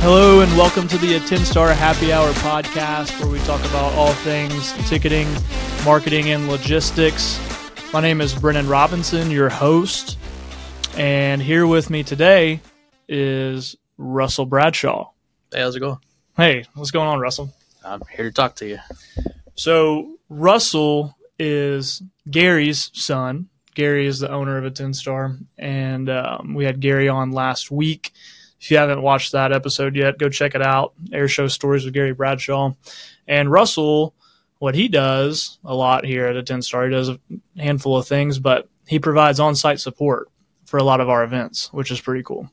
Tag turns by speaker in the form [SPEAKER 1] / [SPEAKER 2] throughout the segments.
[SPEAKER 1] Hello and welcome to the 10 Star Happy Hour podcast, where we talk about all things ticketing, marketing, and logistics. My name is Brennan Robinson, your host, and here with me today is Russell Bradshaw.
[SPEAKER 2] Hey, how's it going?
[SPEAKER 1] Hey, what's going on, Russell?
[SPEAKER 2] I'm here to talk to you.
[SPEAKER 1] So Russell is Gary's son. Gary is the owner of a 10 star. And um, we had Gary on last week. If you haven't watched that episode yet, go check it out. Air Show Stories with Gary Bradshaw. And Russell, what he does a lot here at a 10 star, he does a handful of things, but he provides on site support for a lot of our events, which is pretty cool.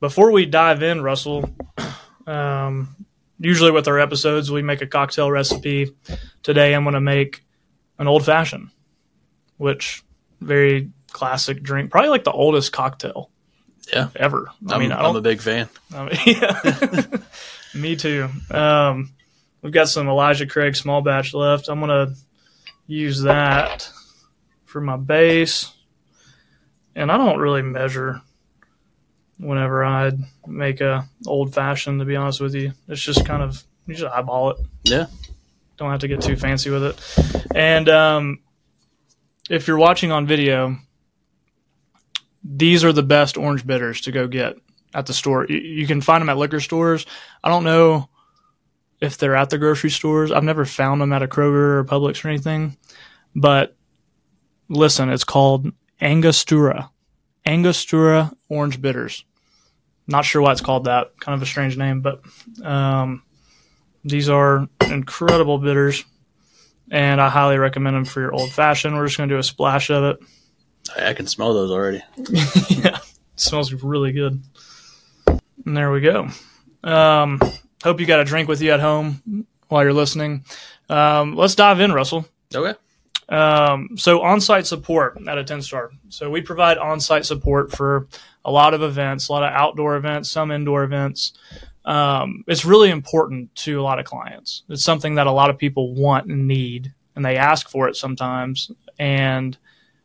[SPEAKER 1] Before we dive in, Russell, um, usually with our episodes, we make a cocktail recipe. Today, I'm going to make an old fashioned, which very classic drink, probably like the oldest cocktail.
[SPEAKER 2] Yeah.
[SPEAKER 1] ever. I
[SPEAKER 2] I'm,
[SPEAKER 1] mean, I
[SPEAKER 2] am
[SPEAKER 1] don't.
[SPEAKER 2] a big fan.
[SPEAKER 1] I mean, yeah. Me too. Um, we've got some Elijah Craig small batch left. I'm gonna use that for my base, and I don't really measure whenever I make a old fashioned. To be honest with you, it's just kind of you just eyeball it.
[SPEAKER 2] Yeah.
[SPEAKER 1] Don't have to get too fancy with it. And um, if you're watching on video, these are the best orange bitters to go get at the store. You, you can find them at liquor stores. I don't know if they're at the grocery stores. I've never found them at a Kroger or Publix or anything. But listen, it's called Angostura. Angostura orange bitters. Not sure why it's called that. Kind of a strange name, but um, these are incredible bitters. And I highly recommend them for your old fashioned. We're just going to do a splash of it.
[SPEAKER 2] I, I can smell those already.
[SPEAKER 1] yeah, smells really good. And there we go. Um, hope you got a drink with you at home while you're listening. Um, let's dive in, Russell.
[SPEAKER 2] Okay.
[SPEAKER 1] Um, so on-site support at a 10 star. So we provide on-site support for a lot of events, a lot of outdoor events, some indoor events. Um, it's really important to a lot of clients. It's something that a lot of people want and need, and they ask for it sometimes. And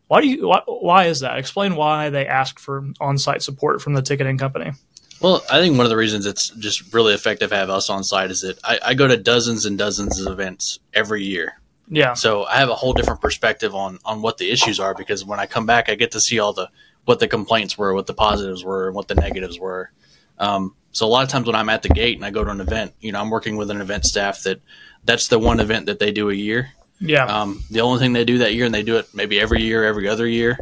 [SPEAKER 1] why do you? Why, why is that? Explain why they ask for on-site support from the ticketing company.
[SPEAKER 2] Well, I think one of the reasons it's just really effective to have us on site is that I, I go to dozens and dozens of events every year.
[SPEAKER 1] Yeah,
[SPEAKER 2] So I have a whole different perspective on on what the issues are because when I come back, I get to see all the what the complaints were, what the positives were, and what the negatives were. Um, so a lot of times when I'm at the gate and I go to an event, you know, I'm working with an event staff that that's the one event that they do a year.
[SPEAKER 1] yeah,
[SPEAKER 2] Um, the only thing they do that year, and they do it maybe every year, every other year.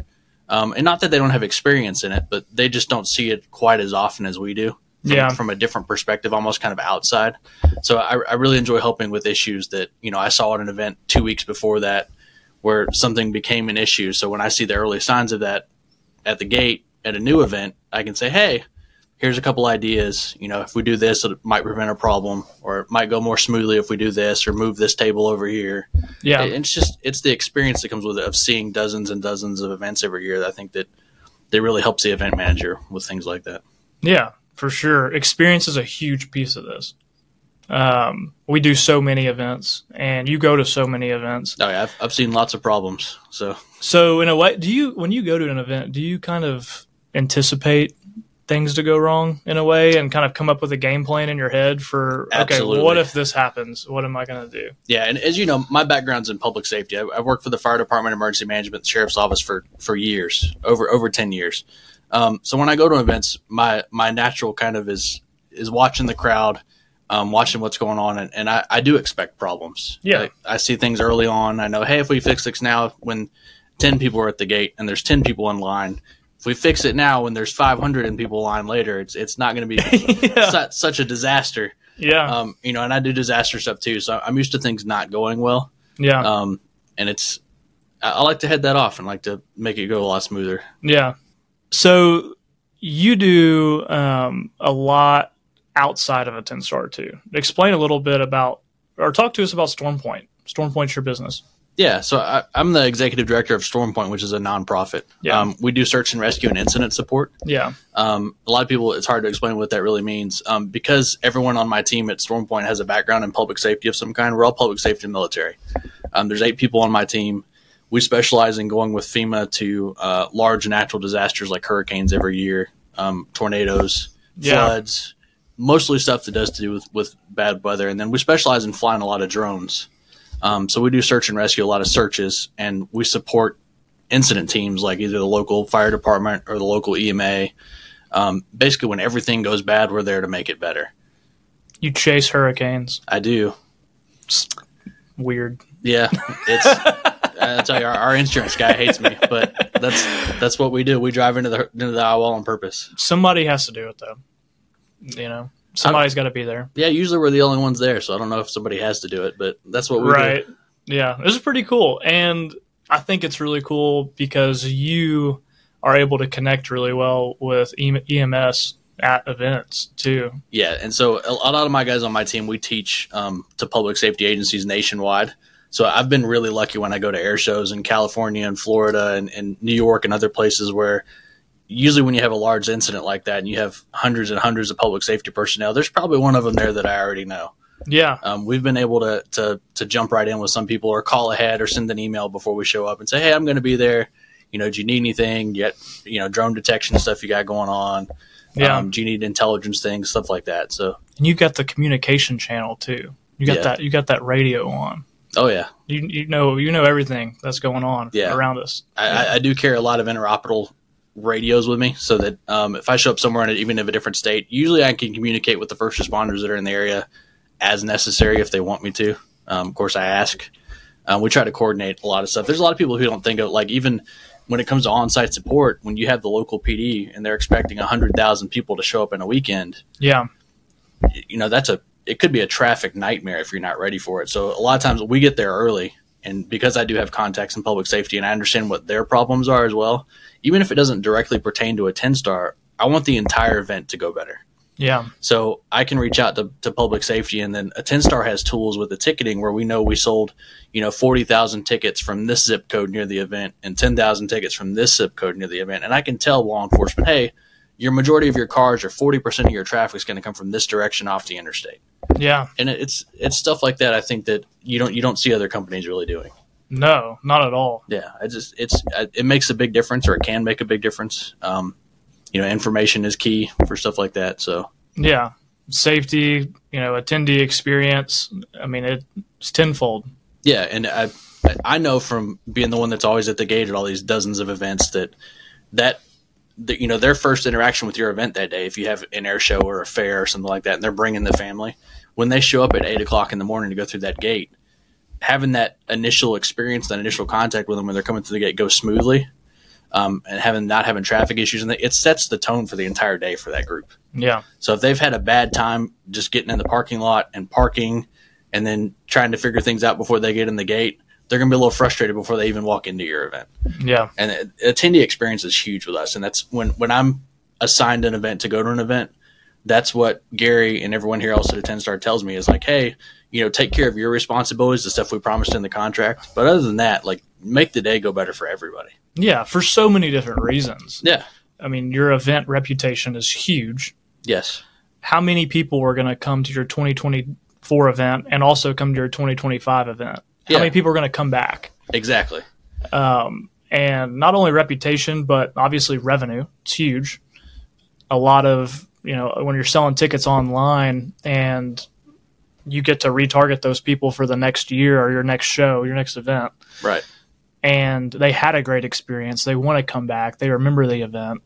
[SPEAKER 2] Um, and not that they don't have experience in it, but they just don't see it quite as often as we do. From,
[SPEAKER 1] Yeah.
[SPEAKER 2] From a different perspective, almost kind of outside. So I, I really enjoy helping with issues that, you know, I saw at an event two weeks before that where something became an issue. So when I see the early signs of that at the gate at a new event, I can say, hey, here's a couple ideas. You know, if we do this, it might prevent a problem or it might go more smoothly if we do this or move this table over here.
[SPEAKER 1] yeah.
[SPEAKER 2] And it's just it's the experience that comes with it of seeing dozens and dozens of events every year. That I think that that really helps the event manager with things like that.
[SPEAKER 1] Yeah, for sure. Experience is a huge piece of this. Um, we do so many events, and you go to so many events.
[SPEAKER 2] Oh yeah, I've, I've seen lots of problems. So
[SPEAKER 1] So, in a way, do you when you go to an event, do you kind of anticipate things to go wrong in a way, and kind of come up with a game plan in your head for okay,
[SPEAKER 2] Absolutely.
[SPEAKER 1] what if this happens? What am I going to do?
[SPEAKER 2] yeah, and as you know, my background's in public safety. I, I worked for the fire department, emergency management, sheriff's office for for years, over over ten years. Um, so when I go to events, my my natural kind of is is watching the crowd, um, watching what's going on, and, and I, I do expect problems.
[SPEAKER 1] Yeah.
[SPEAKER 2] Like, I see things early on. I know, hey, if we fix this now, when ten people are at the gate and there's ten people in line, if we fix it now, when there's five hundred and people in line later, it's it's not going to be
[SPEAKER 1] Yeah.
[SPEAKER 2] su- such a disaster.
[SPEAKER 1] Yeah,
[SPEAKER 2] Um, you know, and I do disaster stuff too, so I'm used to things not going well.
[SPEAKER 1] yeah,
[SPEAKER 2] Um, and it's I, I like to head that off and like to make it go a lot smoother.
[SPEAKER 1] yeah. So you do um, a lot outside of a ten star too. Explain a little bit about, or talk to us about Stormpoint. Stormpoint's your business.
[SPEAKER 2] Yeah, so I, I'm the executive director of Stormpoint, which is a nonprofit.
[SPEAKER 1] Yeah.
[SPEAKER 2] Um, we do search and rescue and incident support.
[SPEAKER 1] Yeah.
[SPEAKER 2] Um, a lot of people, it's hard to explain what that really means. Um, because everyone on my team at Stormpoint has a background in public safety of some kind, we're all public safety and military. Um, there's eight people on my team. We specialize in going with FEMA to uh, large natural disasters like hurricanes every year, um, tornadoes,
[SPEAKER 1] Yeah.
[SPEAKER 2] floods, mostly stuff that does to do with, with bad weather. And then we specialize in flying a lot of drones. Um, so we do search and rescue, a lot of searches, and we support incident teams like either the local fire department or the local E EMA. Um, basically, when everything goes bad, we're there to make it better.
[SPEAKER 1] You chase hurricanes.
[SPEAKER 2] I do.
[SPEAKER 1] Weird.
[SPEAKER 2] Yeah, it's. I tell you, our, our insurance guy hates me, but that's that's what we do. We drive into the into the eye wall on purpose.
[SPEAKER 1] Somebody has to do it though. You know, somebody's got to be there.
[SPEAKER 2] Yeah, usually we're the only ones there, so I don't know if somebody has to do it, but that's what we
[SPEAKER 1] right.
[SPEAKER 2] do.
[SPEAKER 1] Yeah, this is pretty cool, and I think it's really cool because you are able to connect really well with E- EMS at events too.
[SPEAKER 2] Yeah, and so a lot of my guys on my team, we teach um, to public safety agencies nationwide. So I've been really lucky when I go to air shows in California and Florida and, and New York and other places where usually when you have a large incident like that and you have hundreds and hundreds of public safety personnel, there's probably one of them there that I already know.
[SPEAKER 1] Yeah,
[SPEAKER 2] Um, we've been able to, to to jump right in with some people or call ahead or send an email before we show up and say, hey, I'm going to be there. You know, do you need anything? Yet, you know, drone detection stuff you got going on.
[SPEAKER 1] yeah.
[SPEAKER 2] Um, do you need intelligence things, stuff like that? So,
[SPEAKER 1] and you got the communication channel too. You got
[SPEAKER 2] Yeah.
[SPEAKER 1] that. You got that radio on.
[SPEAKER 2] oh yeah,
[SPEAKER 1] You you know you know everything that's going on
[SPEAKER 2] Yeah.
[SPEAKER 1] around us.
[SPEAKER 2] I, I I do carry a lot of interoperable radios with me so that um, if I show up somewhere, in a, even if a different state, usually I can communicate with the first responders that are in the area as necessary if they want me to. Um, of course, I ask. Um, we try to coordinate a lot of stuff. There's a lot of people who don't think of like even when it comes to on-site support. When you have the local PD and they're expecting hundred thousand people to show up in a weekend,
[SPEAKER 1] Yeah,
[SPEAKER 2] you know that's a it could be a traffic nightmare if you're not ready for it. So a lot of times we get there early, and because I do have contacts in public safety and I understand what their problems are as well, even if it doesn't directly pertain to a ten star, I want the entire event to go better.
[SPEAKER 1] yeah,
[SPEAKER 2] So I can reach out to, to public safety, and then a ten star has tools with the ticketing where we know we sold, you know, forty thousand tickets from this zip code near the event, and ten thousand tickets from this zip code near the event, and I can tell law enforcement, hey, your majority of your cars or forty percent of your traffic is going to come from this direction off the interstate,
[SPEAKER 1] yeah.
[SPEAKER 2] and it- it's it's stuff like that. I think that you don't you don't see other companies really doing.
[SPEAKER 1] No, not at all.
[SPEAKER 2] Yeah, I just it's I- it makes a big difference, or it can make a big difference. Um, you know, information is key for stuff like that. So
[SPEAKER 1] Yeah. Safety, you know, attendee experience. I mean, it's tenfold.
[SPEAKER 2] Yeah, and I I know from being the one that's always at the gate at all these dozens of events that that that you know their first interaction with your event that day, if you have an air show or a fair or something like that, and they're bringing the family, when they show up at eight o'clock in the morning to go through that gate, having that initial experience, that initial contact with them when they're coming through the gate go smoothly, um, and having not having traffic issues, and it sets the tone for the entire day for that group.
[SPEAKER 1] Yeah.
[SPEAKER 2] So if they've had a bad time just getting in the parking lot and parking and then trying to figure things out before they get in the gate, they're going to be a little frustrated before they even walk into your event.
[SPEAKER 1] Yeah.
[SPEAKER 2] And it- attendee experience is huge with us. And that's when, when I'm assigned an event to go to an event, that's what Gary and everyone here else at Attend Star tells me is like, hey, you know, take care of your responsibilities, the stuff we promised in the contract. But other than that, like, make the day go better for everybody.
[SPEAKER 1] Yeah. For so many different reasons.
[SPEAKER 2] Yeah.
[SPEAKER 1] I mean, your event reputation is huge.
[SPEAKER 2] Yes.
[SPEAKER 1] How many people are going to come to your 2024 event and also come to your 2025 event? How
[SPEAKER 2] Yeah.
[SPEAKER 1] many people are going to come back?
[SPEAKER 2] Exactly.
[SPEAKER 1] Um, and not only reputation, but obviously revenue. It's huge. A lot of, you know, when you're selling tickets online and you get to retarget those people for the next year or your next show, your next event,
[SPEAKER 2] Right.
[SPEAKER 1] and they had a great experience. They want to come back. They remember the event.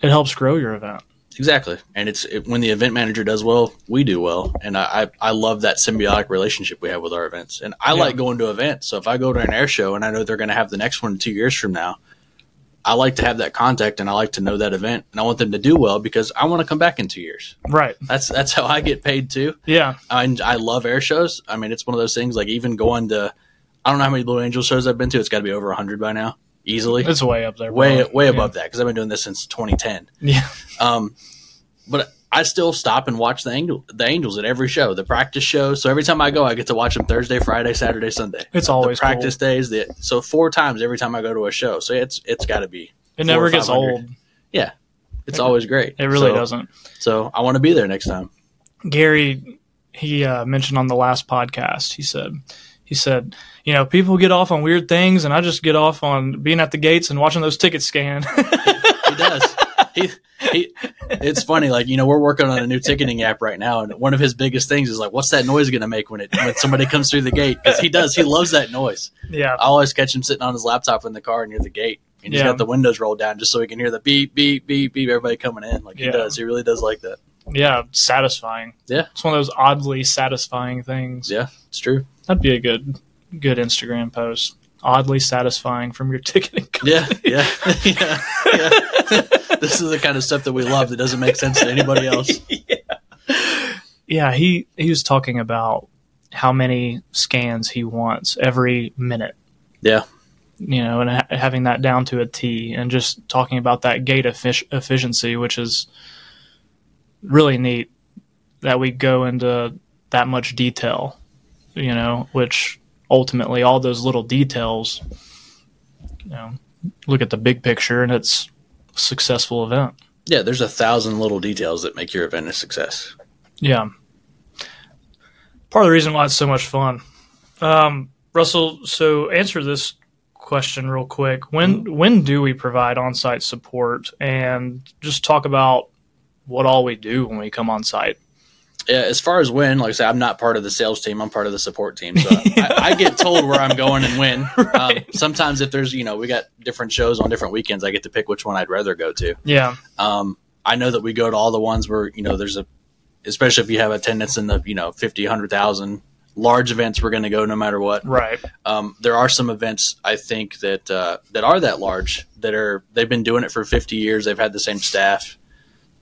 [SPEAKER 1] It helps grow your event.
[SPEAKER 2] Exactly, and it's it, when the event manager does well, we do well, and I I I love that symbiotic relationship we have with our events, and I
[SPEAKER 1] Yeah.
[SPEAKER 2] like going to events. So if I go to an air show and I know they're going to have the next one two years from now, I like to have that contact and I like to know that event, and I want them to do well because I want to come back in two years.
[SPEAKER 1] Right.
[SPEAKER 2] That's that's how I get paid too.
[SPEAKER 1] Yeah.
[SPEAKER 2] I I love air shows. I mean, it's one of those things like even going to I don't know how many Blue Angel shows I've been to. It's got to be over hundred by now, easily,
[SPEAKER 1] It's way up there.
[SPEAKER 2] way
[SPEAKER 1] probably.
[SPEAKER 2] way above that because I've been doing this since 2010.
[SPEAKER 1] Yeah.
[SPEAKER 2] Um, but I still stop and watch the angel, the Angels at every show, the practice show. So every time I go, I get to watch them Thursday, Friday, Saturday, Sunday.
[SPEAKER 1] It's
[SPEAKER 2] The
[SPEAKER 1] always
[SPEAKER 2] practice days. The, so four times every time I go to a show. So it's it's got to be.
[SPEAKER 1] Cool. It
[SPEAKER 2] four
[SPEAKER 1] never
[SPEAKER 2] or
[SPEAKER 1] gets
[SPEAKER 2] 500.
[SPEAKER 1] old.
[SPEAKER 2] It's always great.
[SPEAKER 1] It really
[SPEAKER 2] So-
[SPEAKER 1] doesn't.
[SPEAKER 2] So I want to be there next time.
[SPEAKER 1] Gary, he uh, mentioned on the last podcast. He said, he said, you know, people get off on weird things, and I just get off on being at the gates and watching those tickets scan.
[SPEAKER 2] He does. he, he, it's funny, like you know, we're working on a new ticketing app right now, and one of his biggest things is like, what's that noise going to make when it when somebody comes through the gate? Because he does, he loves that noise.
[SPEAKER 1] Yeah.
[SPEAKER 2] I always catch him sitting on his laptop in the car near the gate, and he's
[SPEAKER 1] Yeah.
[SPEAKER 2] got the windows rolled down just so he can hear the beep, beep, beep, beep, everybody coming in. Like he
[SPEAKER 1] Yeah.
[SPEAKER 2] does, he really does like that.
[SPEAKER 1] Yeah. Satisfying.
[SPEAKER 2] Yeah.
[SPEAKER 1] It's one of those oddly satisfying things.
[SPEAKER 2] Yeah, it's true.
[SPEAKER 1] That'd be a good good Instagram post. Oddly satisfying from your ticketing company.
[SPEAKER 2] Yeah, yeah, yeah. yeah. this is the kind of stuff that we love that doesn't make sense to anybody else.
[SPEAKER 1] Yeah, he he was talking about how many scans he wants every minute.
[SPEAKER 2] Yeah.
[SPEAKER 1] You know, and ha- having that down to a T, and just talking about that gate effic- efficiency, which is really neat that we go into that much detail. You know, which ultimately all those little details. You know, look at the big picture, and it's a successful event.
[SPEAKER 2] Yeah, there's a thousand little details that make your event a success.
[SPEAKER 1] Yeah. Part of the reason why it's so much fun. Um, Russell, so answer this question real quick. When
[SPEAKER 2] Mm-hmm.
[SPEAKER 1] when do we provide on site support and just talk about what all we do when we come on site?
[SPEAKER 2] Yeah, as far as when, like I said, I'm not part of the sales team. I'm part of the support team. So I, I get told where I'm going and when. Um, sometimes if there's, you know, we got different shows on different weekends, I get to pick which one I'd rather go to.
[SPEAKER 1] Yeah.
[SPEAKER 2] Um, I know that we go to all the ones where, you know, there's a, especially if you have attendance in the, you know, 50, 100,000 large events, we're going to go no matter what.
[SPEAKER 1] Right.
[SPEAKER 2] Um, there are some events I think that, uh, that are that large that are, they've been doing it for 50 years. They've had the same staff.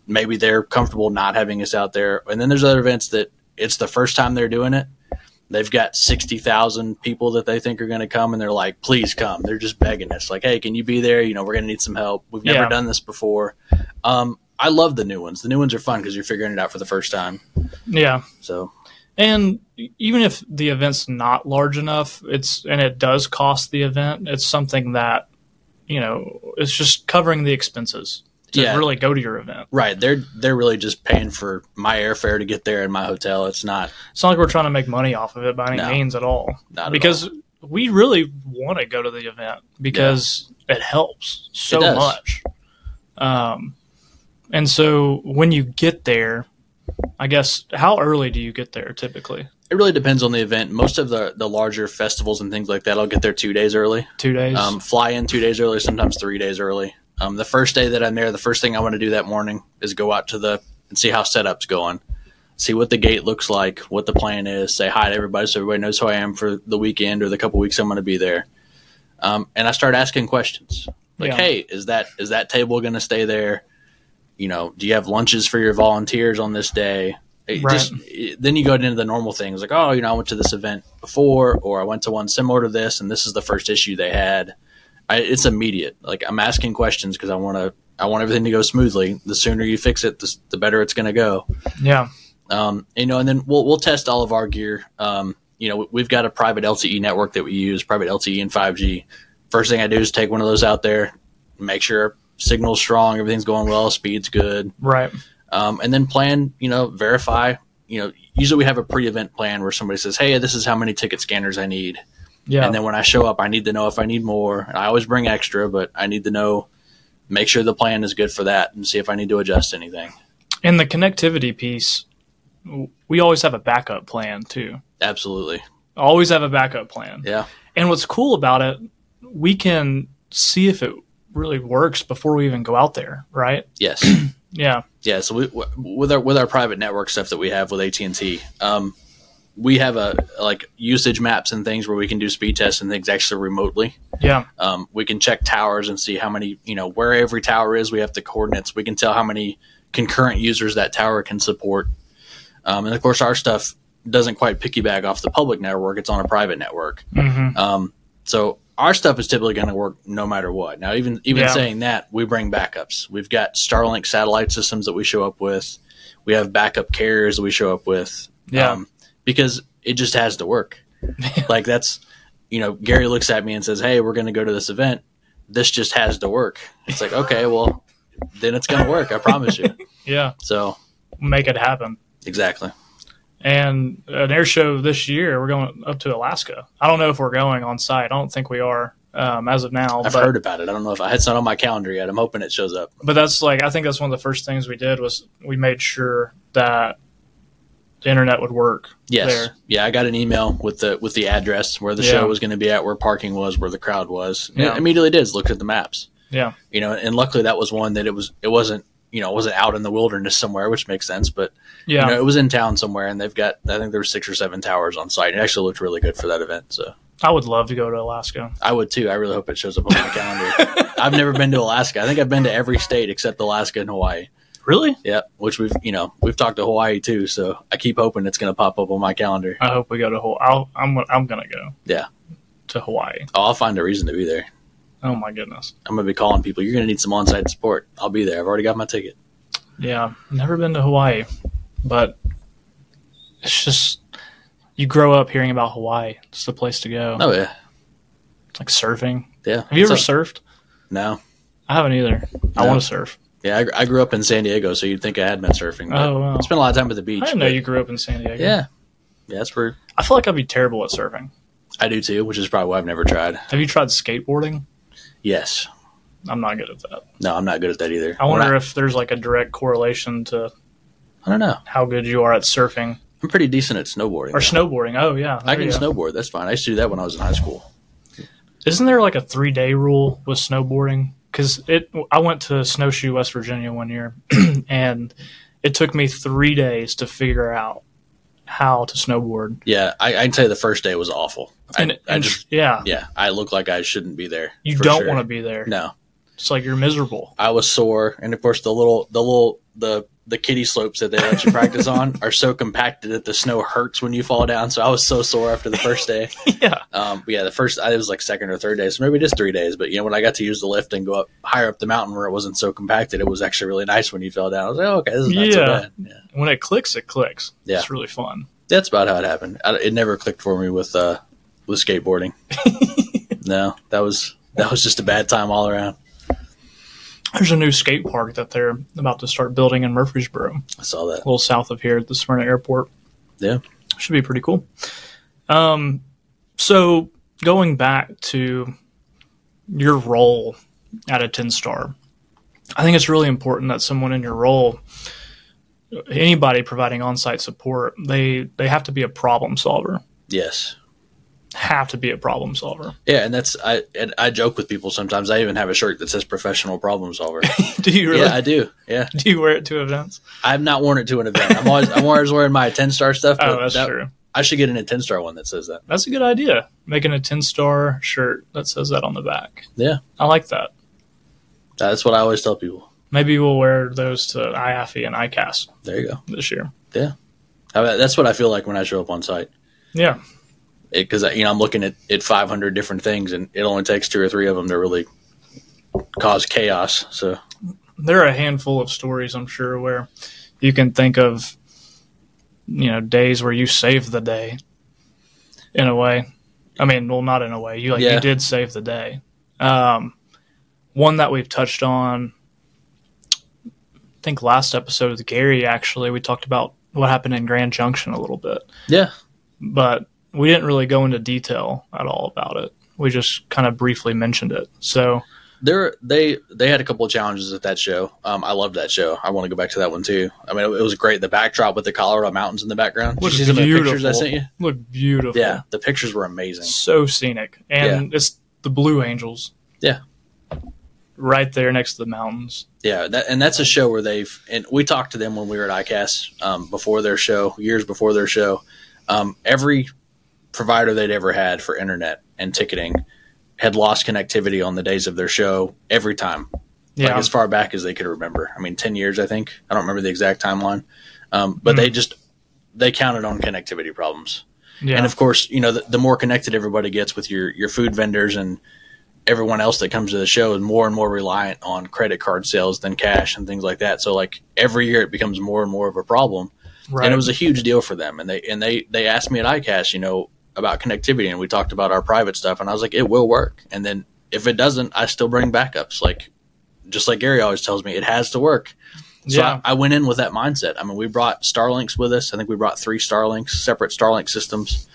[SPEAKER 2] Maybe they're comfortable not having us out there. And then there's other events that it's the first time they're doing it. They've got 60,000 people that they think are going to come and they're like, please come. They're just begging us, like, hey, can you be there? You know, we're going to need some help. We've never
[SPEAKER 1] Yeah.
[SPEAKER 2] done this before. Um, I love the new ones. The new ones are fun because you're figuring it out for the first time.
[SPEAKER 1] Yeah.
[SPEAKER 2] So,
[SPEAKER 1] And even if the event's not large enough, it's and it does cost the event, it's something that you know, it's just covering the expenses to
[SPEAKER 2] Yeah.
[SPEAKER 1] really go to your event.
[SPEAKER 2] right, they're they're really just paying for my airfare to get there and my hotel. It's not
[SPEAKER 1] It's not like we're trying to make money off of it by any
[SPEAKER 2] No.
[SPEAKER 1] means at all.
[SPEAKER 2] not at
[SPEAKER 1] because we really want to go to the event because it helps so
[SPEAKER 2] It does.
[SPEAKER 1] much. Um, and so when you get there, I guess how early do you get there typically?
[SPEAKER 2] It really depends on the event. Most of the, the larger festivals and things like that, I'll get there two days early.
[SPEAKER 1] Two days.
[SPEAKER 2] Um, fly in two days early, sometimes three days early. Um, the first day that I'm there, the first thing I want to do that morning is go out to the and see how setup's going, see what the gate looks like, what the plan is, say hi to everybody so everybody knows who I am for the weekend or the couple weeks I'm going to be there. Um, and I start asking questions like,
[SPEAKER 1] Yeah.
[SPEAKER 2] "Hey, is that is that table going to stay there? You know, do you have lunches for your volunteers on this day?" It
[SPEAKER 1] Right.
[SPEAKER 2] just- it- then you go into the normal things like, "Oh, you know, I went to this event before, or I went to one similar to this, and this is the first issue they had." I, it's immediate. Like I'm asking questions because I want to. I want everything to go smoothly. The sooner you fix it, the, s- the better it's going to go.
[SPEAKER 1] yeah.
[SPEAKER 2] Um, you know, and then we'll we'll test all of our gear. Um, you know, we- we've got a private LTE network that we use, private LTE and 5G. First thing I do is take one of those out there, make sure signal's strong, everything's going well, speed's good,
[SPEAKER 1] Right.
[SPEAKER 2] um, and then plan. You know, verify. You know, usually we have a pre-event plan where somebody says, "Hey, this is how many ticket scanners I need."
[SPEAKER 1] Yeah.
[SPEAKER 2] And then when I show up, I need to know if I need more. And I always bring extra, but I need to know, make sure the plan is good for that and see if I need to adjust anything.
[SPEAKER 1] and the connectivity piece, w- we always have a backup plan too.
[SPEAKER 2] Absolutely.
[SPEAKER 1] Always have a backup plan.
[SPEAKER 2] Yeah.
[SPEAKER 1] And what's cool about it, we can see if it really works before we even go out there, right?
[SPEAKER 2] Yes.
[SPEAKER 1] Yeah.
[SPEAKER 2] yeah. So we, w- with our, with our private network stuff that we have with AT&T, um, we have a like usage maps and things where we can do speed tests and things actually remotely.
[SPEAKER 1] Yeah.
[SPEAKER 2] Um, we can check towers and see how many, you know, where every tower is. We have the coordinates. We can tell how many concurrent users that tower can support. Um, and of course, our stuff doesn't quite piggyback off the public network. It's on a private network.
[SPEAKER 1] hmm
[SPEAKER 2] Um, so our stuff is typically going to work no matter what. Now, even even
[SPEAKER 1] Yeah.
[SPEAKER 2] saying that, we bring backups. We've got Starlink satellite systems that we show up with. We have backup carriers that we show up with.
[SPEAKER 1] Yeah.
[SPEAKER 2] Um, because it just has to work. like that's you know Gary looks at me and says, "Hey, we're going to go to this event. This just has to work." It's like okay, well then it's going to work. I promise you.
[SPEAKER 1] Yeah.
[SPEAKER 2] So
[SPEAKER 1] Make it happen.
[SPEAKER 2] exactly.
[SPEAKER 1] and an air show this year. We're going up to Alaska. I don't know if we're going on site. I don't think we are. um, as of now.
[SPEAKER 2] I've
[SPEAKER 1] but,
[SPEAKER 2] heard about it. I don't know if I, it's not on my calendar yet. I'm hoping it shows up.
[SPEAKER 1] but that's like I think that's one of the first things we did was we made sure that the internet would work.
[SPEAKER 2] Yes.
[SPEAKER 1] There.
[SPEAKER 2] Yeah, I got an email with the with the address where the
[SPEAKER 1] Yeah.
[SPEAKER 2] show was going to be at, where parking was, where the crowd was. And
[SPEAKER 1] Yeah.
[SPEAKER 2] it immediately did. is Looked at the maps.
[SPEAKER 1] Yeah.
[SPEAKER 2] You know, and luckily that was one that it was it wasn't you know it wasn't out in the wilderness somewhere, which makes sense. But
[SPEAKER 1] Yeah.
[SPEAKER 2] you know, it was in town somewhere, and they've got I think there were six or seven towers on site. It actually looked really good for that event. So
[SPEAKER 1] I would love to go to Alaska.
[SPEAKER 2] I would too. I really hope it shows up on my calendar. I've never been to Alaska. I think I've been to every state except Alaska and Hawaii.
[SPEAKER 1] Really?
[SPEAKER 2] Yeah, which we've you know we've talked to Hawaii too. So I keep hoping it's going to pop up on my calendar.
[SPEAKER 1] I hope we go to Hawaii. I'll, I'm I'm gonna go.
[SPEAKER 2] Yeah.
[SPEAKER 1] To Hawaii.
[SPEAKER 2] Oh, I'll find a reason to be there.
[SPEAKER 1] Oh my goodness.
[SPEAKER 2] I'm gonna be calling people. You're gonna need some on-site support. I'll be there. I've already got my ticket.
[SPEAKER 1] Yeah. Never been to Hawaii, but it's just you grow up hearing about Hawaii. It's the place to go.
[SPEAKER 2] Oh yeah,
[SPEAKER 1] It's like surfing.
[SPEAKER 2] yeah.
[SPEAKER 1] Have you ever
[SPEAKER 2] So-
[SPEAKER 1] surfed?
[SPEAKER 2] no.
[SPEAKER 1] I haven't either. I
[SPEAKER 2] No.
[SPEAKER 1] want to surf.
[SPEAKER 2] Yeah, I, gr- I grew up in San Diego, so you'd think I had been surfing. But
[SPEAKER 1] Oh, wow.
[SPEAKER 2] I spent a lot of time at the beach.
[SPEAKER 1] I didn't know
[SPEAKER 2] but-
[SPEAKER 1] you grew up in San Diego.
[SPEAKER 2] Yeah, yeah. That's where
[SPEAKER 1] I feel like I'd be terrible at surfing.
[SPEAKER 2] I do too, which is probably why I've never tried.
[SPEAKER 1] Have you tried skateboarding?
[SPEAKER 2] Yes.
[SPEAKER 1] I'm not good at that.
[SPEAKER 2] No, I'm not good at that either.
[SPEAKER 1] I wonder
[SPEAKER 2] When
[SPEAKER 1] if there's like a direct correlation to
[SPEAKER 2] I don't know.
[SPEAKER 1] how good you are at surfing
[SPEAKER 2] I'm pretty decent at snowboarding.
[SPEAKER 1] or
[SPEAKER 2] though.
[SPEAKER 1] snowboarding. Oh yeah,
[SPEAKER 2] I
[SPEAKER 1] there
[SPEAKER 2] can
[SPEAKER 1] you go.
[SPEAKER 2] snowboard. That's fine. I used to do that when I was in high school.
[SPEAKER 1] Isn't there like a three day rule with snowboarding? Because it, I went to Snowshoe, West Virginia one year, and it took me three days to figure out how to snowboard.
[SPEAKER 2] Yeah, I, I can tell you the first day was awful. I,
[SPEAKER 1] And,
[SPEAKER 2] I
[SPEAKER 1] and
[SPEAKER 2] just
[SPEAKER 1] yeah,
[SPEAKER 2] yeah, I look like I shouldn't be there.
[SPEAKER 1] you
[SPEAKER 2] for
[SPEAKER 1] don't
[SPEAKER 2] sure.
[SPEAKER 1] want to be there.
[SPEAKER 2] No,
[SPEAKER 1] It's like you're miserable.
[SPEAKER 2] I was sore, and of course the little the little the the kiddie slopes that they let you practice on are so compacted that the snow hurts when you fall down. So I was so sore after the first day.
[SPEAKER 1] yeah,
[SPEAKER 2] Um, but yeah, the first I it was like second or third day, so maybe just three days. But you know when I got to use the lift and go up higher up the mountain where it wasn't so compacted, it was actually really nice when you fell down. I was like, oh, okay, this is not so
[SPEAKER 1] Yeah.
[SPEAKER 2] bad. Yeah.
[SPEAKER 1] when it clicks, it clicks.
[SPEAKER 2] Yeah.
[SPEAKER 1] it's really fun.
[SPEAKER 2] That's about how it happened. I, it never clicked for me with uh with skateboarding. no, that was that was just a bad time all around.
[SPEAKER 1] There's a new skate park that they're about to start building in Murfreesboro.
[SPEAKER 2] I saw
[SPEAKER 1] a
[SPEAKER 2] that.
[SPEAKER 1] little south of here at the Smyrna Airport.
[SPEAKER 2] Yeah.
[SPEAKER 1] Should be pretty cool. Um, so going back to your role at a 10 star, I think it's really important that someone in your role, anybody providing on site support, they, they have to be a problem solver.
[SPEAKER 2] Yes.
[SPEAKER 1] Have to be a problem solver.
[SPEAKER 2] Yeah, and that's I and I joke with people sometimes. I even have a shirt that says professional problem solver.
[SPEAKER 1] Do you really?
[SPEAKER 2] Yeah, I do. Yeah.
[SPEAKER 1] do you wear it to events?
[SPEAKER 2] I've not worn it to an event. I'm always I'm always wearing my ten star stuff, but
[SPEAKER 1] Oh, that's
[SPEAKER 2] that-
[SPEAKER 1] true.
[SPEAKER 2] I should get an a ten star one that says that.
[SPEAKER 1] That's a good idea. Making a 10 star shirt that says that on the back.
[SPEAKER 2] Yeah.
[SPEAKER 1] I like that.
[SPEAKER 2] That's what I always tell people.
[SPEAKER 1] Maybe we'll wear those to IAFE E and ICAST
[SPEAKER 2] There you go.
[SPEAKER 1] this year.
[SPEAKER 2] I- That's what I feel like when I show up on site.
[SPEAKER 1] Yeah,
[SPEAKER 2] because you know I'm looking at, at 500 different things, and it only takes two or three of them to really cause chaos. So
[SPEAKER 1] there are a handful of stories I'm sure where you can think of, you know, days where you saved the day. In a way, I mean, well, not in a way. You like
[SPEAKER 2] Yeah.
[SPEAKER 1] you did save the day. Um, one that we've touched on, I think last episode with Gary actually, we talked about what happened in Grand Junction a little bit.
[SPEAKER 2] yeah,
[SPEAKER 1] but we didn't really go into detail at all about it. We just kind of briefly mentioned it. So
[SPEAKER 2] there they they had a couple of challenges at that show. Um, I love that show. I want to go back to that one too. I mean, it, it was great. The backdrop with the Colorado mountains in the background. Did
[SPEAKER 1] look
[SPEAKER 2] you see some of the pictures I
[SPEAKER 1] beautiful.
[SPEAKER 2] sent you?
[SPEAKER 1] Look beautiful.
[SPEAKER 2] Yeah, the pictures were amazing.
[SPEAKER 1] So scenic. And it's the Blue Angels.
[SPEAKER 2] Yeah.
[SPEAKER 1] Right there next to the mountains.
[SPEAKER 2] Yeah, that, and that's a show where they've and we talked to them when we were at ICAST um, before their show, years before their show. Um, every provider they'd ever had for internet and ticketing had lost connectivity on the days of their show every time,
[SPEAKER 1] Yeah.
[SPEAKER 2] like as far back as they could remember. I mean, ten years, I think. I don't remember the exact timeline, um, but
[SPEAKER 1] Mm.
[SPEAKER 2] they just they counted on connectivity problems.
[SPEAKER 1] yeah.
[SPEAKER 2] And of course, you know, the, the more connected everybody gets with your, your food vendors and everyone else that comes to the show is more and more reliant on credit card sales than cash and things like that. So like every year it becomes more and more of a problem.
[SPEAKER 1] right.
[SPEAKER 2] And it was a huge deal for them. And they, and they, they asked me at ICAST, you know, about connectivity and we talked about our private stuff and I was like, it will work. And then if it doesn't, I still bring backups. Like, just like Gary always tells me, it has to work. So
[SPEAKER 1] yeah.
[SPEAKER 2] I, I went in with that mindset. I mean, we brought Starlinks with us. I think we brought three Starlinks, separate Starlink systems.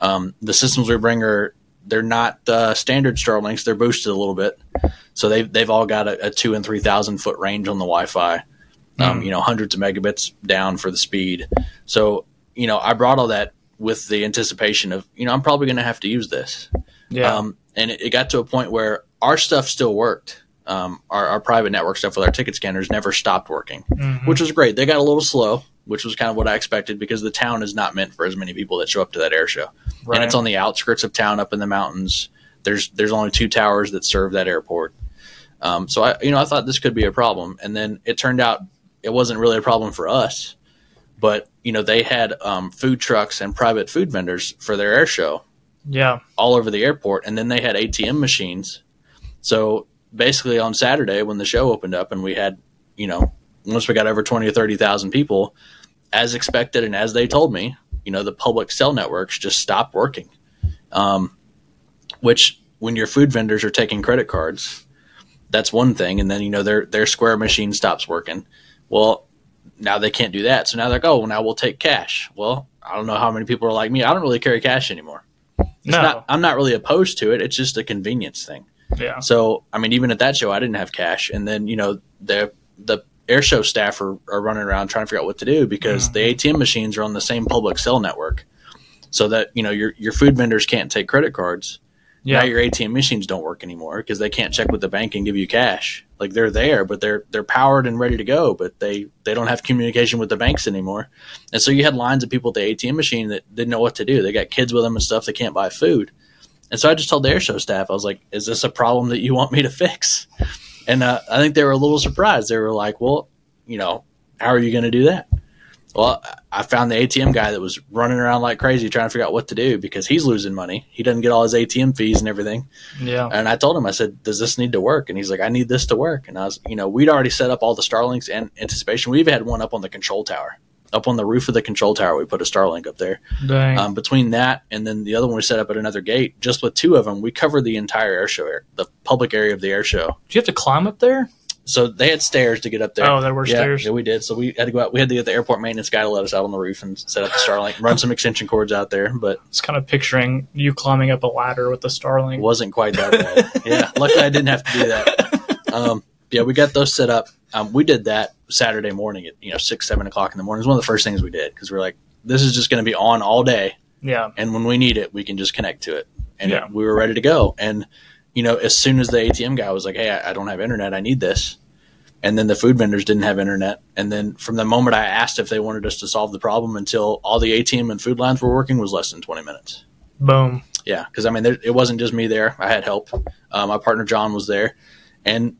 [SPEAKER 2] Um, the systems we bring are they're not the standard Starlinks. They're boosted a little bit, so they've they've all got a, a two and three thousand foot range on the Wi-Fi. Um, you know, hundreds of megabits down for the speed. So you know, I brought all that with the anticipation of you know I'm probably going to have to use this.
[SPEAKER 3] Yeah.
[SPEAKER 2] Um, and it, it got to a point where our stuff still worked. Um, our, our private network stuff with our ticket scanners never stopped working,
[SPEAKER 1] Mm-hmm.
[SPEAKER 2] which was great. They got a little slow, which was kind of what I expected because the town is not meant for as many people that show up to that air show.
[SPEAKER 3] Right.
[SPEAKER 2] And it's on the outskirts of town, up in the mountains. There's there's only two towers that serve that airport. Um, so I you know I thought this could be a problem, and then it turned out it wasn't really a problem for us. But you know they had um, food trucks and private food vendors for their air show,
[SPEAKER 1] Yeah.
[SPEAKER 2] all over the airport, and then they had ATM machines. So basically, on Saturday when the show opened up, and we had, you know, once we got over twenty or thirty thousand people, as expected and as they told me, you know, the public cell networks just stopped working. Um, which, when your food vendors are taking credit cards, that's one thing, and then you know their their Square machine stops working. Well, now they can't do that, so now they're like, oh, well, now we'll take cash. Well, I don't know how many people are like me. I don't really carry cash anymore. It's
[SPEAKER 3] No.
[SPEAKER 2] not- I'm not really opposed to it. It's just a convenience thing.
[SPEAKER 3] yeah.
[SPEAKER 2] So, I mean, even at that show, I didn't have cash. And then, you know, the the air show staff are, are running around trying to figure out what to do
[SPEAKER 3] Mm-hmm.
[SPEAKER 2] because the ATM machines are on the same public cell network, so that you know your your food vendors can't take credit cards.
[SPEAKER 1] Yeah.
[SPEAKER 2] Now your ATM machines don't work anymore because they can't check with the bank and give you cash. Like they're there, but they're they're powered and ready to go, but they they don't have communication with the banks anymore. And so you had lines of people at the ATM machine that didn't know what to do. They got kids with them and stuff. They can't buy food. And so I just told the air show staff, I was like, "Is this a problem that you want me to fix?" And uh, I think they were a little surprised. They were like, "Well, you know, how are you going to do that?" Well, I- I found the ATM guy that was running around like crazy trying to figure out what to do because he's losing money. He doesn't get all his ATM fees and everything.
[SPEAKER 1] Yeah.
[SPEAKER 2] And I told him, I said, "Does this need to work?" And he's like, "I need this to work." And I was, you know, we'd already set up all the Starlinks and anticipation. We even had one up on the control tower, up on the roof of the control tower. We put a Starlink up there.
[SPEAKER 1] Dang.
[SPEAKER 2] Um, between that and then the other one we set up at another gate, just with two of them, we covered the entire air show, air- the public area of the air show.
[SPEAKER 3] Do you have to climb up there?
[SPEAKER 2] So they had stairs to get up there.
[SPEAKER 1] Oh, there were
[SPEAKER 2] yeah,
[SPEAKER 1] stairs.
[SPEAKER 2] Yeah, we did. So we had to go out. We had to get the airport maintenance guy to let us out on the roof and set up the Starlink, run some extension cords out there, but
[SPEAKER 1] It's kind of picturing you climbing up a ladder with the
[SPEAKER 2] it
[SPEAKER 1] Starlink.
[SPEAKER 2] wasn't quite that bad. yeah, luckily I didn't have to do that. Um, yeah, we got those set up. Um, we did that Saturday morning at you know six, seven o'clock in the morning. It was one of the first things we did because we we're like, this is just going to be on all day.
[SPEAKER 1] Yeah.
[SPEAKER 2] and when we need it, we can just connect to it. And
[SPEAKER 1] Yeah.
[SPEAKER 2] we were ready to go. And you know, as soon as the ATM guy was like, "Hey, I, I don't have internet. I need this," and then the food vendors didn't have internet. And then from the moment I asked if they wanted us to solve the problem until all the ATM and food lines were working was less than twenty minutes.
[SPEAKER 1] Boom.
[SPEAKER 2] Yeah, because I mean, there, it wasn't just me there. I had help. Uh, my partner John was there, and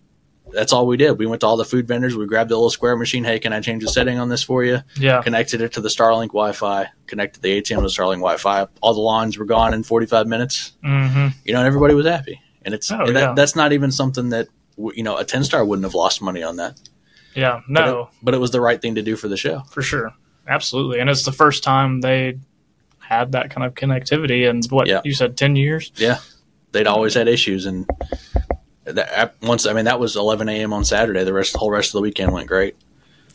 [SPEAKER 2] that's all we did. We went to all the food vendors. We grabbed the little square machine. Hey, can I change the setting on this for you?
[SPEAKER 1] Yeah.
[SPEAKER 2] connected it to the Starlink Wi-Fi, connected the ATM to Starlink Wi-Fi. All the lines were gone in 45 minutes.
[SPEAKER 1] Mm-hmm.
[SPEAKER 2] You know, and everybody was happy. And it's
[SPEAKER 1] Oh,
[SPEAKER 2] and
[SPEAKER 1] yeah.
[SPEAKER 2] that, that's not even something that w- you know a 10 star wouldn't have lost money on that.
[SPEAKER 1] Yeah.
[SPEAKER 2] But
[SPEAKER 1] No.
[SPEAKER 2] it, but it was the right thing to do for the show.
[SPEAKER 1] for sure absolutely and it's the first time they had that kind of connectivity in what
[SPEAKER 2] Yeah.
[SPEAKER 1] you said 10 years
[SPEAKER 2] They'd always had issues, and that, I- once I mean that was 11 a.m. on Saturday. The rest, the whole rest of the weekend went great.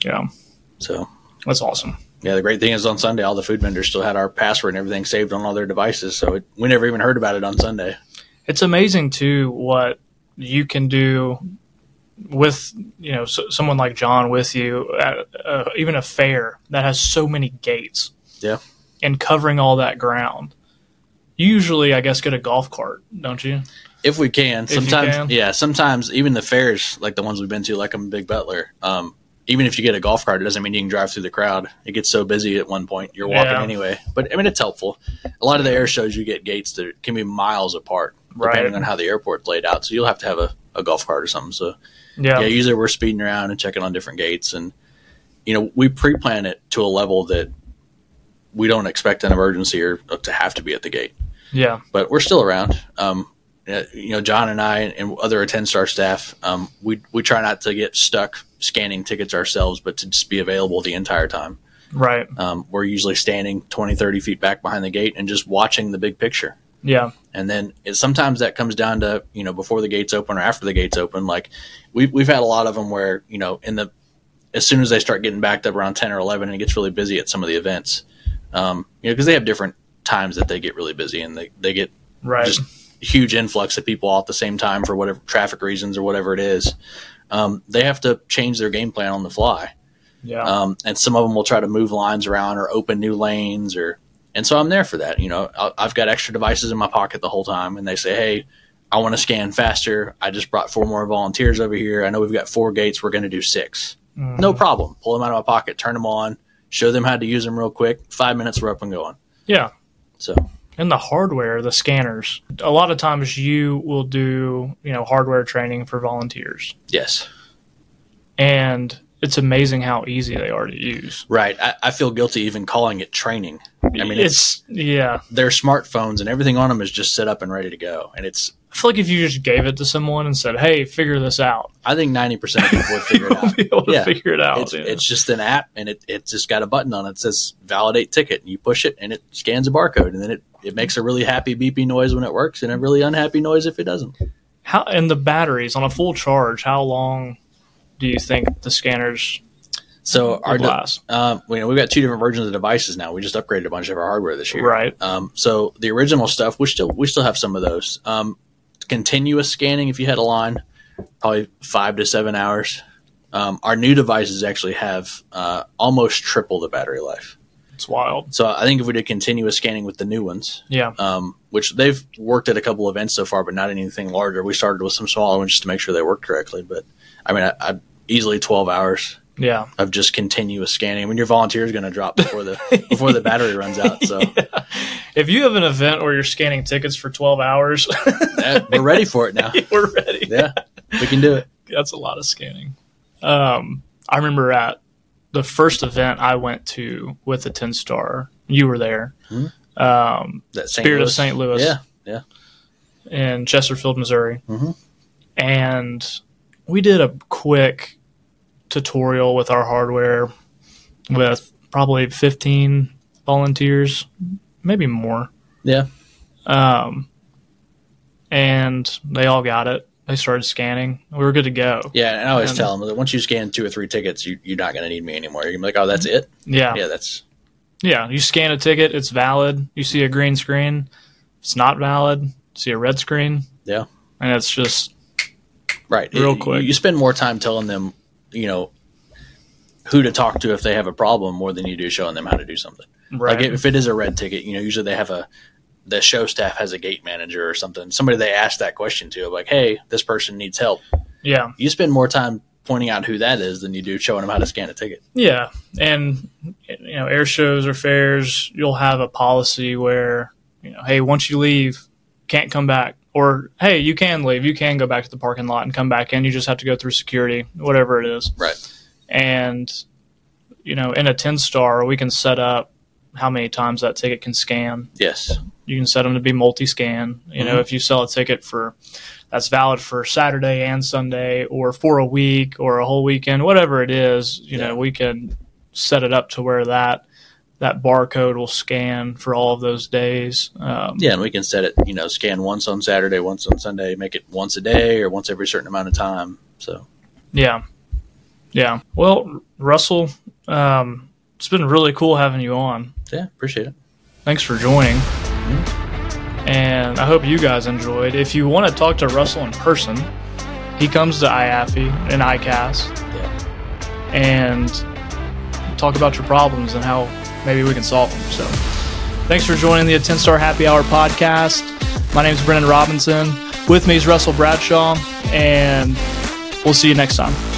[SPEAKER 1] yeah
[SPEAKER 2] So
[SPEAKER 1] that's awesome
[SPEAKER 2] yeah, the great thing is on Sunday, all the food vendors still had our password and everything saved on all their devices. So it, we never even heard about it on Sunday.
[SPEAKER 1] it's amazing too what you can do with you know so, someone like john with you at uh, even a fair that has so many gates
[SPEAKER 2] Yeah.
[SPEAKER 1] and covering all that ground you usually i guess get a golf cart don't you
[SPEAKER 2] if we can.
[SPEAKER 1] you
[SPEAKER 2] Sometimes,
[SPEAKER 1] can.
[SPEAKER 2] yeah. Sometimes even the fairs, like the ones we've been to, like I'm Big Butler. Um, even if you get a golf cart, it doesn't mean you can drive through the crowd. It gets so busy at one point, you're walking
[SPEAKER 1] Yeah.
[SPEAKER 2] anyway. But I mean, it's helpful. A lot of the air shows, you get gates that can be miles apart, depending
[SPEAKER 1] Right.
[SPEAKER 2] on how the airport's laid out. So you'll have to have a, a golf cart or something. So
[SPEAKER 1] yeah
[SPEAKER 2] yeah, usually we're speeding around and checking on different gates, and you know we pre-plan it to a level that we don't expect an emergency or to have to be at the gate
[SPEAKER 1] yeah
[SPEAKER 2] but we're still around. Um, uh, you know, John and I and other attend star staff, um, we we try not to get stuck scanning tickets ourselves, but to just be available the entire time.
[SPEAKER 1] right
[SPEAKER 2] Um, we're usually standing 20, 30 feet back behind the gate and just watching the big picture.
[SPEAKER 1] yeah
[SPEAKER 2] And then it, sometimes that comes down to you know before the gates open or after the gates open. Like we've we've had a lot of them where you know in the as soon as they start getting backed up around ten or eleven, and it gets really busy at some of the events. Um, you know because they have different times that they get really busy and they, they get
[SPEAKER 1] right
[SPEAKER 2] just huge influx of people all at the same time for whatever traffic reasons or whatever it is, um, they have to change their game plan on the fly.
[SPEAKER 1] Yeah.
[SPEAKER 2] Um, and some of them will try to move lines around or open new lanes or, and so I'm there for that. You know, I- I've got extra devices in my pocket the whole time and they say, Hey, I want to scan faster. I just brought four more volunteers over here. I know we've got four gates. We're going to do six.
[SPEAKER 1] Mhm.
[SPEAKER 2] No problem. Pull them out of my pocket, turn them on, show them how to use them real quick. Five minutes, we're up and going.
[SPEAKER 1] Yeah.
[SPEAKER 2] So
[SPEAKER 1] and the hardware, the scanners. A lot of times you will do, you know, hardware training for volunteers.
[SPEAKER 2] yes,
[SPEAKER 1] And it's amazing how easy they are to use.
[SPEAKER 2] right. I, I feel guilty even calling it training. I mean, it's
[SPEAKER 1] it's yeah.
[SPEAKER 2] their smartphones and everything on them is just set up and ready to go. And it's
[SPEAKER 1] I feel like if you just gave it to someone and said, "Hey, figure this out,"
[SPEAKER 2] I think ninety percent of people would figure it
[SPEAKER 1] you'll
[SPEAKER 2] out.
[SPEAKER 1] be able to
[SPEAKER 2] Yeah.
[SPEAKER 1] figure it out.
[SPEAKER 2] It's,
[SPEAKER 1] Oh, yeah.
[SPEAKER 2] it's just an app, and it it's just got a button on it that says validate ticket, and you push it, and it scans a barcode, and then it, it makes a really happy beepy noise when it works, and a really unhappy noise if it doesn't.
[SPEAKER 1] how and the batteries on a full charge. How long do you think the scanners
[SPEAKER 2] So our
[SPEAKER 1] would
[SPEAKER 2] de-
[SPEAKER 1] last?
[SPEAKER 2] um, you know, we've got two different versions of devices now. We just upgraded a bunch of our hardware this year,
[SPEAKER 1] Right.
[SPEAKER 2] Um, so the original stuff, we still we still have some of those. Um, continuous scanning, if you had a line, probably five to seven hours. Um, our new devices actually have uh, almost triple the battery life.
[SPEAKER 1] It's wild.
[SPEAKER 2] So I think if we did continuous scanning with the new ones,
[SPEAKER 1] Yeah.
[SPEAKER 2] um, which they've worked at a couple events so far, but not anything larger. We started with some smaller ones just to make sure they worked correctly. But I mean, I, I easily twelve hours
[SPEAKER 1] Yeah.
[SPEAKER 2] of just continuous scanning. I mean, your volunteer is going to drop before the before the battery runs out. So
[SPEAKER 1] If you have an event where you're scanning tickets for 12 hours,
[SPEAKER 2] that- we're ready for it now.
[SPEAKER 1] we're ready.
[SPEAKER 2] Yeah, we can do it.
[SPEAKER 1] that's a lot of scanning. Um, I remember at the first event I went to with the ten star. You were there
[SPEAKER 2] Hmm.
[SPEAKER 1] um,
[SPEAKER 2] That
[SPEAKER 1] Spirit of St. Louis.
[SPEAKER 2] Yeah,
[SPEAKER 1] in Chesterfield, Missouri,
[SPEAKER 2] Mhm.
[SPEAKER 1] and we did a quick tutorial with our hardware with probably fifteen volunteers, maybe more.
[SPEAKER 2] yeah.
[SPEAKER 1] Um, and they all got it. They started scanning. We were good to go.
[SPEAKER 2] Yeah, and I always
[SPEAKER 1] Um,
[SPEAKER 2] tell them that once you scan two or three tickets, you, you're not going to need me anymore. You're gonna be like, oh, that's it.
[SPEAKER 1] Mm-hmm. Yeah.
[SPEAKER 2] Yeah, that's
[SPEAKER 1] Yeah, you scan a ticket, it's valid. You see a green screen, it's not valid. See a red screen,
[SPEAKER 2] yeah,
[SPEAKER 1] and it's just
[SPEAKER 2] right.
[SPEAKER 1] Real
[SPEAKER 2] You-
[SPEAKER 1] quick.
[SPEAKER 2] you spend more time telling them, you know, who to talk to if they have a problem more than you do showing them how to do something.
[SPEAKER 1] right.
[SPEAKER 2] Like if it is a red ticket, you know, usually they have a the show staff has a gate manager or something. Somebody they ask that question to, like, hey, this person needs help.
[SPEAKER 1] yeah,
[SPEAKER 2] You spend more time pointing out who that is than you do showing them how to scan a ticket.
[SPEAKER 1] yeah, and you know, air shows or fairs, you'll have a policy where you know, hey, once you leave, can't come back, or hey, you can leave, you can go back to the parking lot and come back in. You just have to go through security, whatever it is.
[SPEAKER 2] Right.
[SPEAKER 1] and you know in a 10 star we can set up how many times that ticket can scan
[SPEAKER 2] Yes.
[SPEAKER 1] you can set them to be multi-scan you know
[SPEAKER 2] Mhm.
[SPEAKER 1] if you sell a ticket for that's valid for saturday and sunday or for a week or a whole weekend whatever it is you
[SPEAKER 2] Yeah.
[SPEAKER 1] know we can set it up to where that that barcode will scan for all of those days um,
[SPEAKER 2] Yeah, and we can set it, you know, scan once on Saturday, once on Sunday, make it once a day or once every certain amount of time. So
[SPEAKER 1] Yeah. Yeah. Well, Russell, um, it's been really cool having you on.
[SPEAKER 2] yeah, appreciate it.
[SPEAKER 1] Thanks for joining. And I hope you guys enjoyed. If you want to talk to Russell in person, he comes to IAFI E and ICAST
[SPEAKER 2] Yeah.
[SPEAKER 1] and talk about your problems and how maybe we can solve them. So thanks for joining the 10 Star Happy Hour podcast. My name is Brennan Robinson. With me is Russell Bradshaw, and we'll see you next time.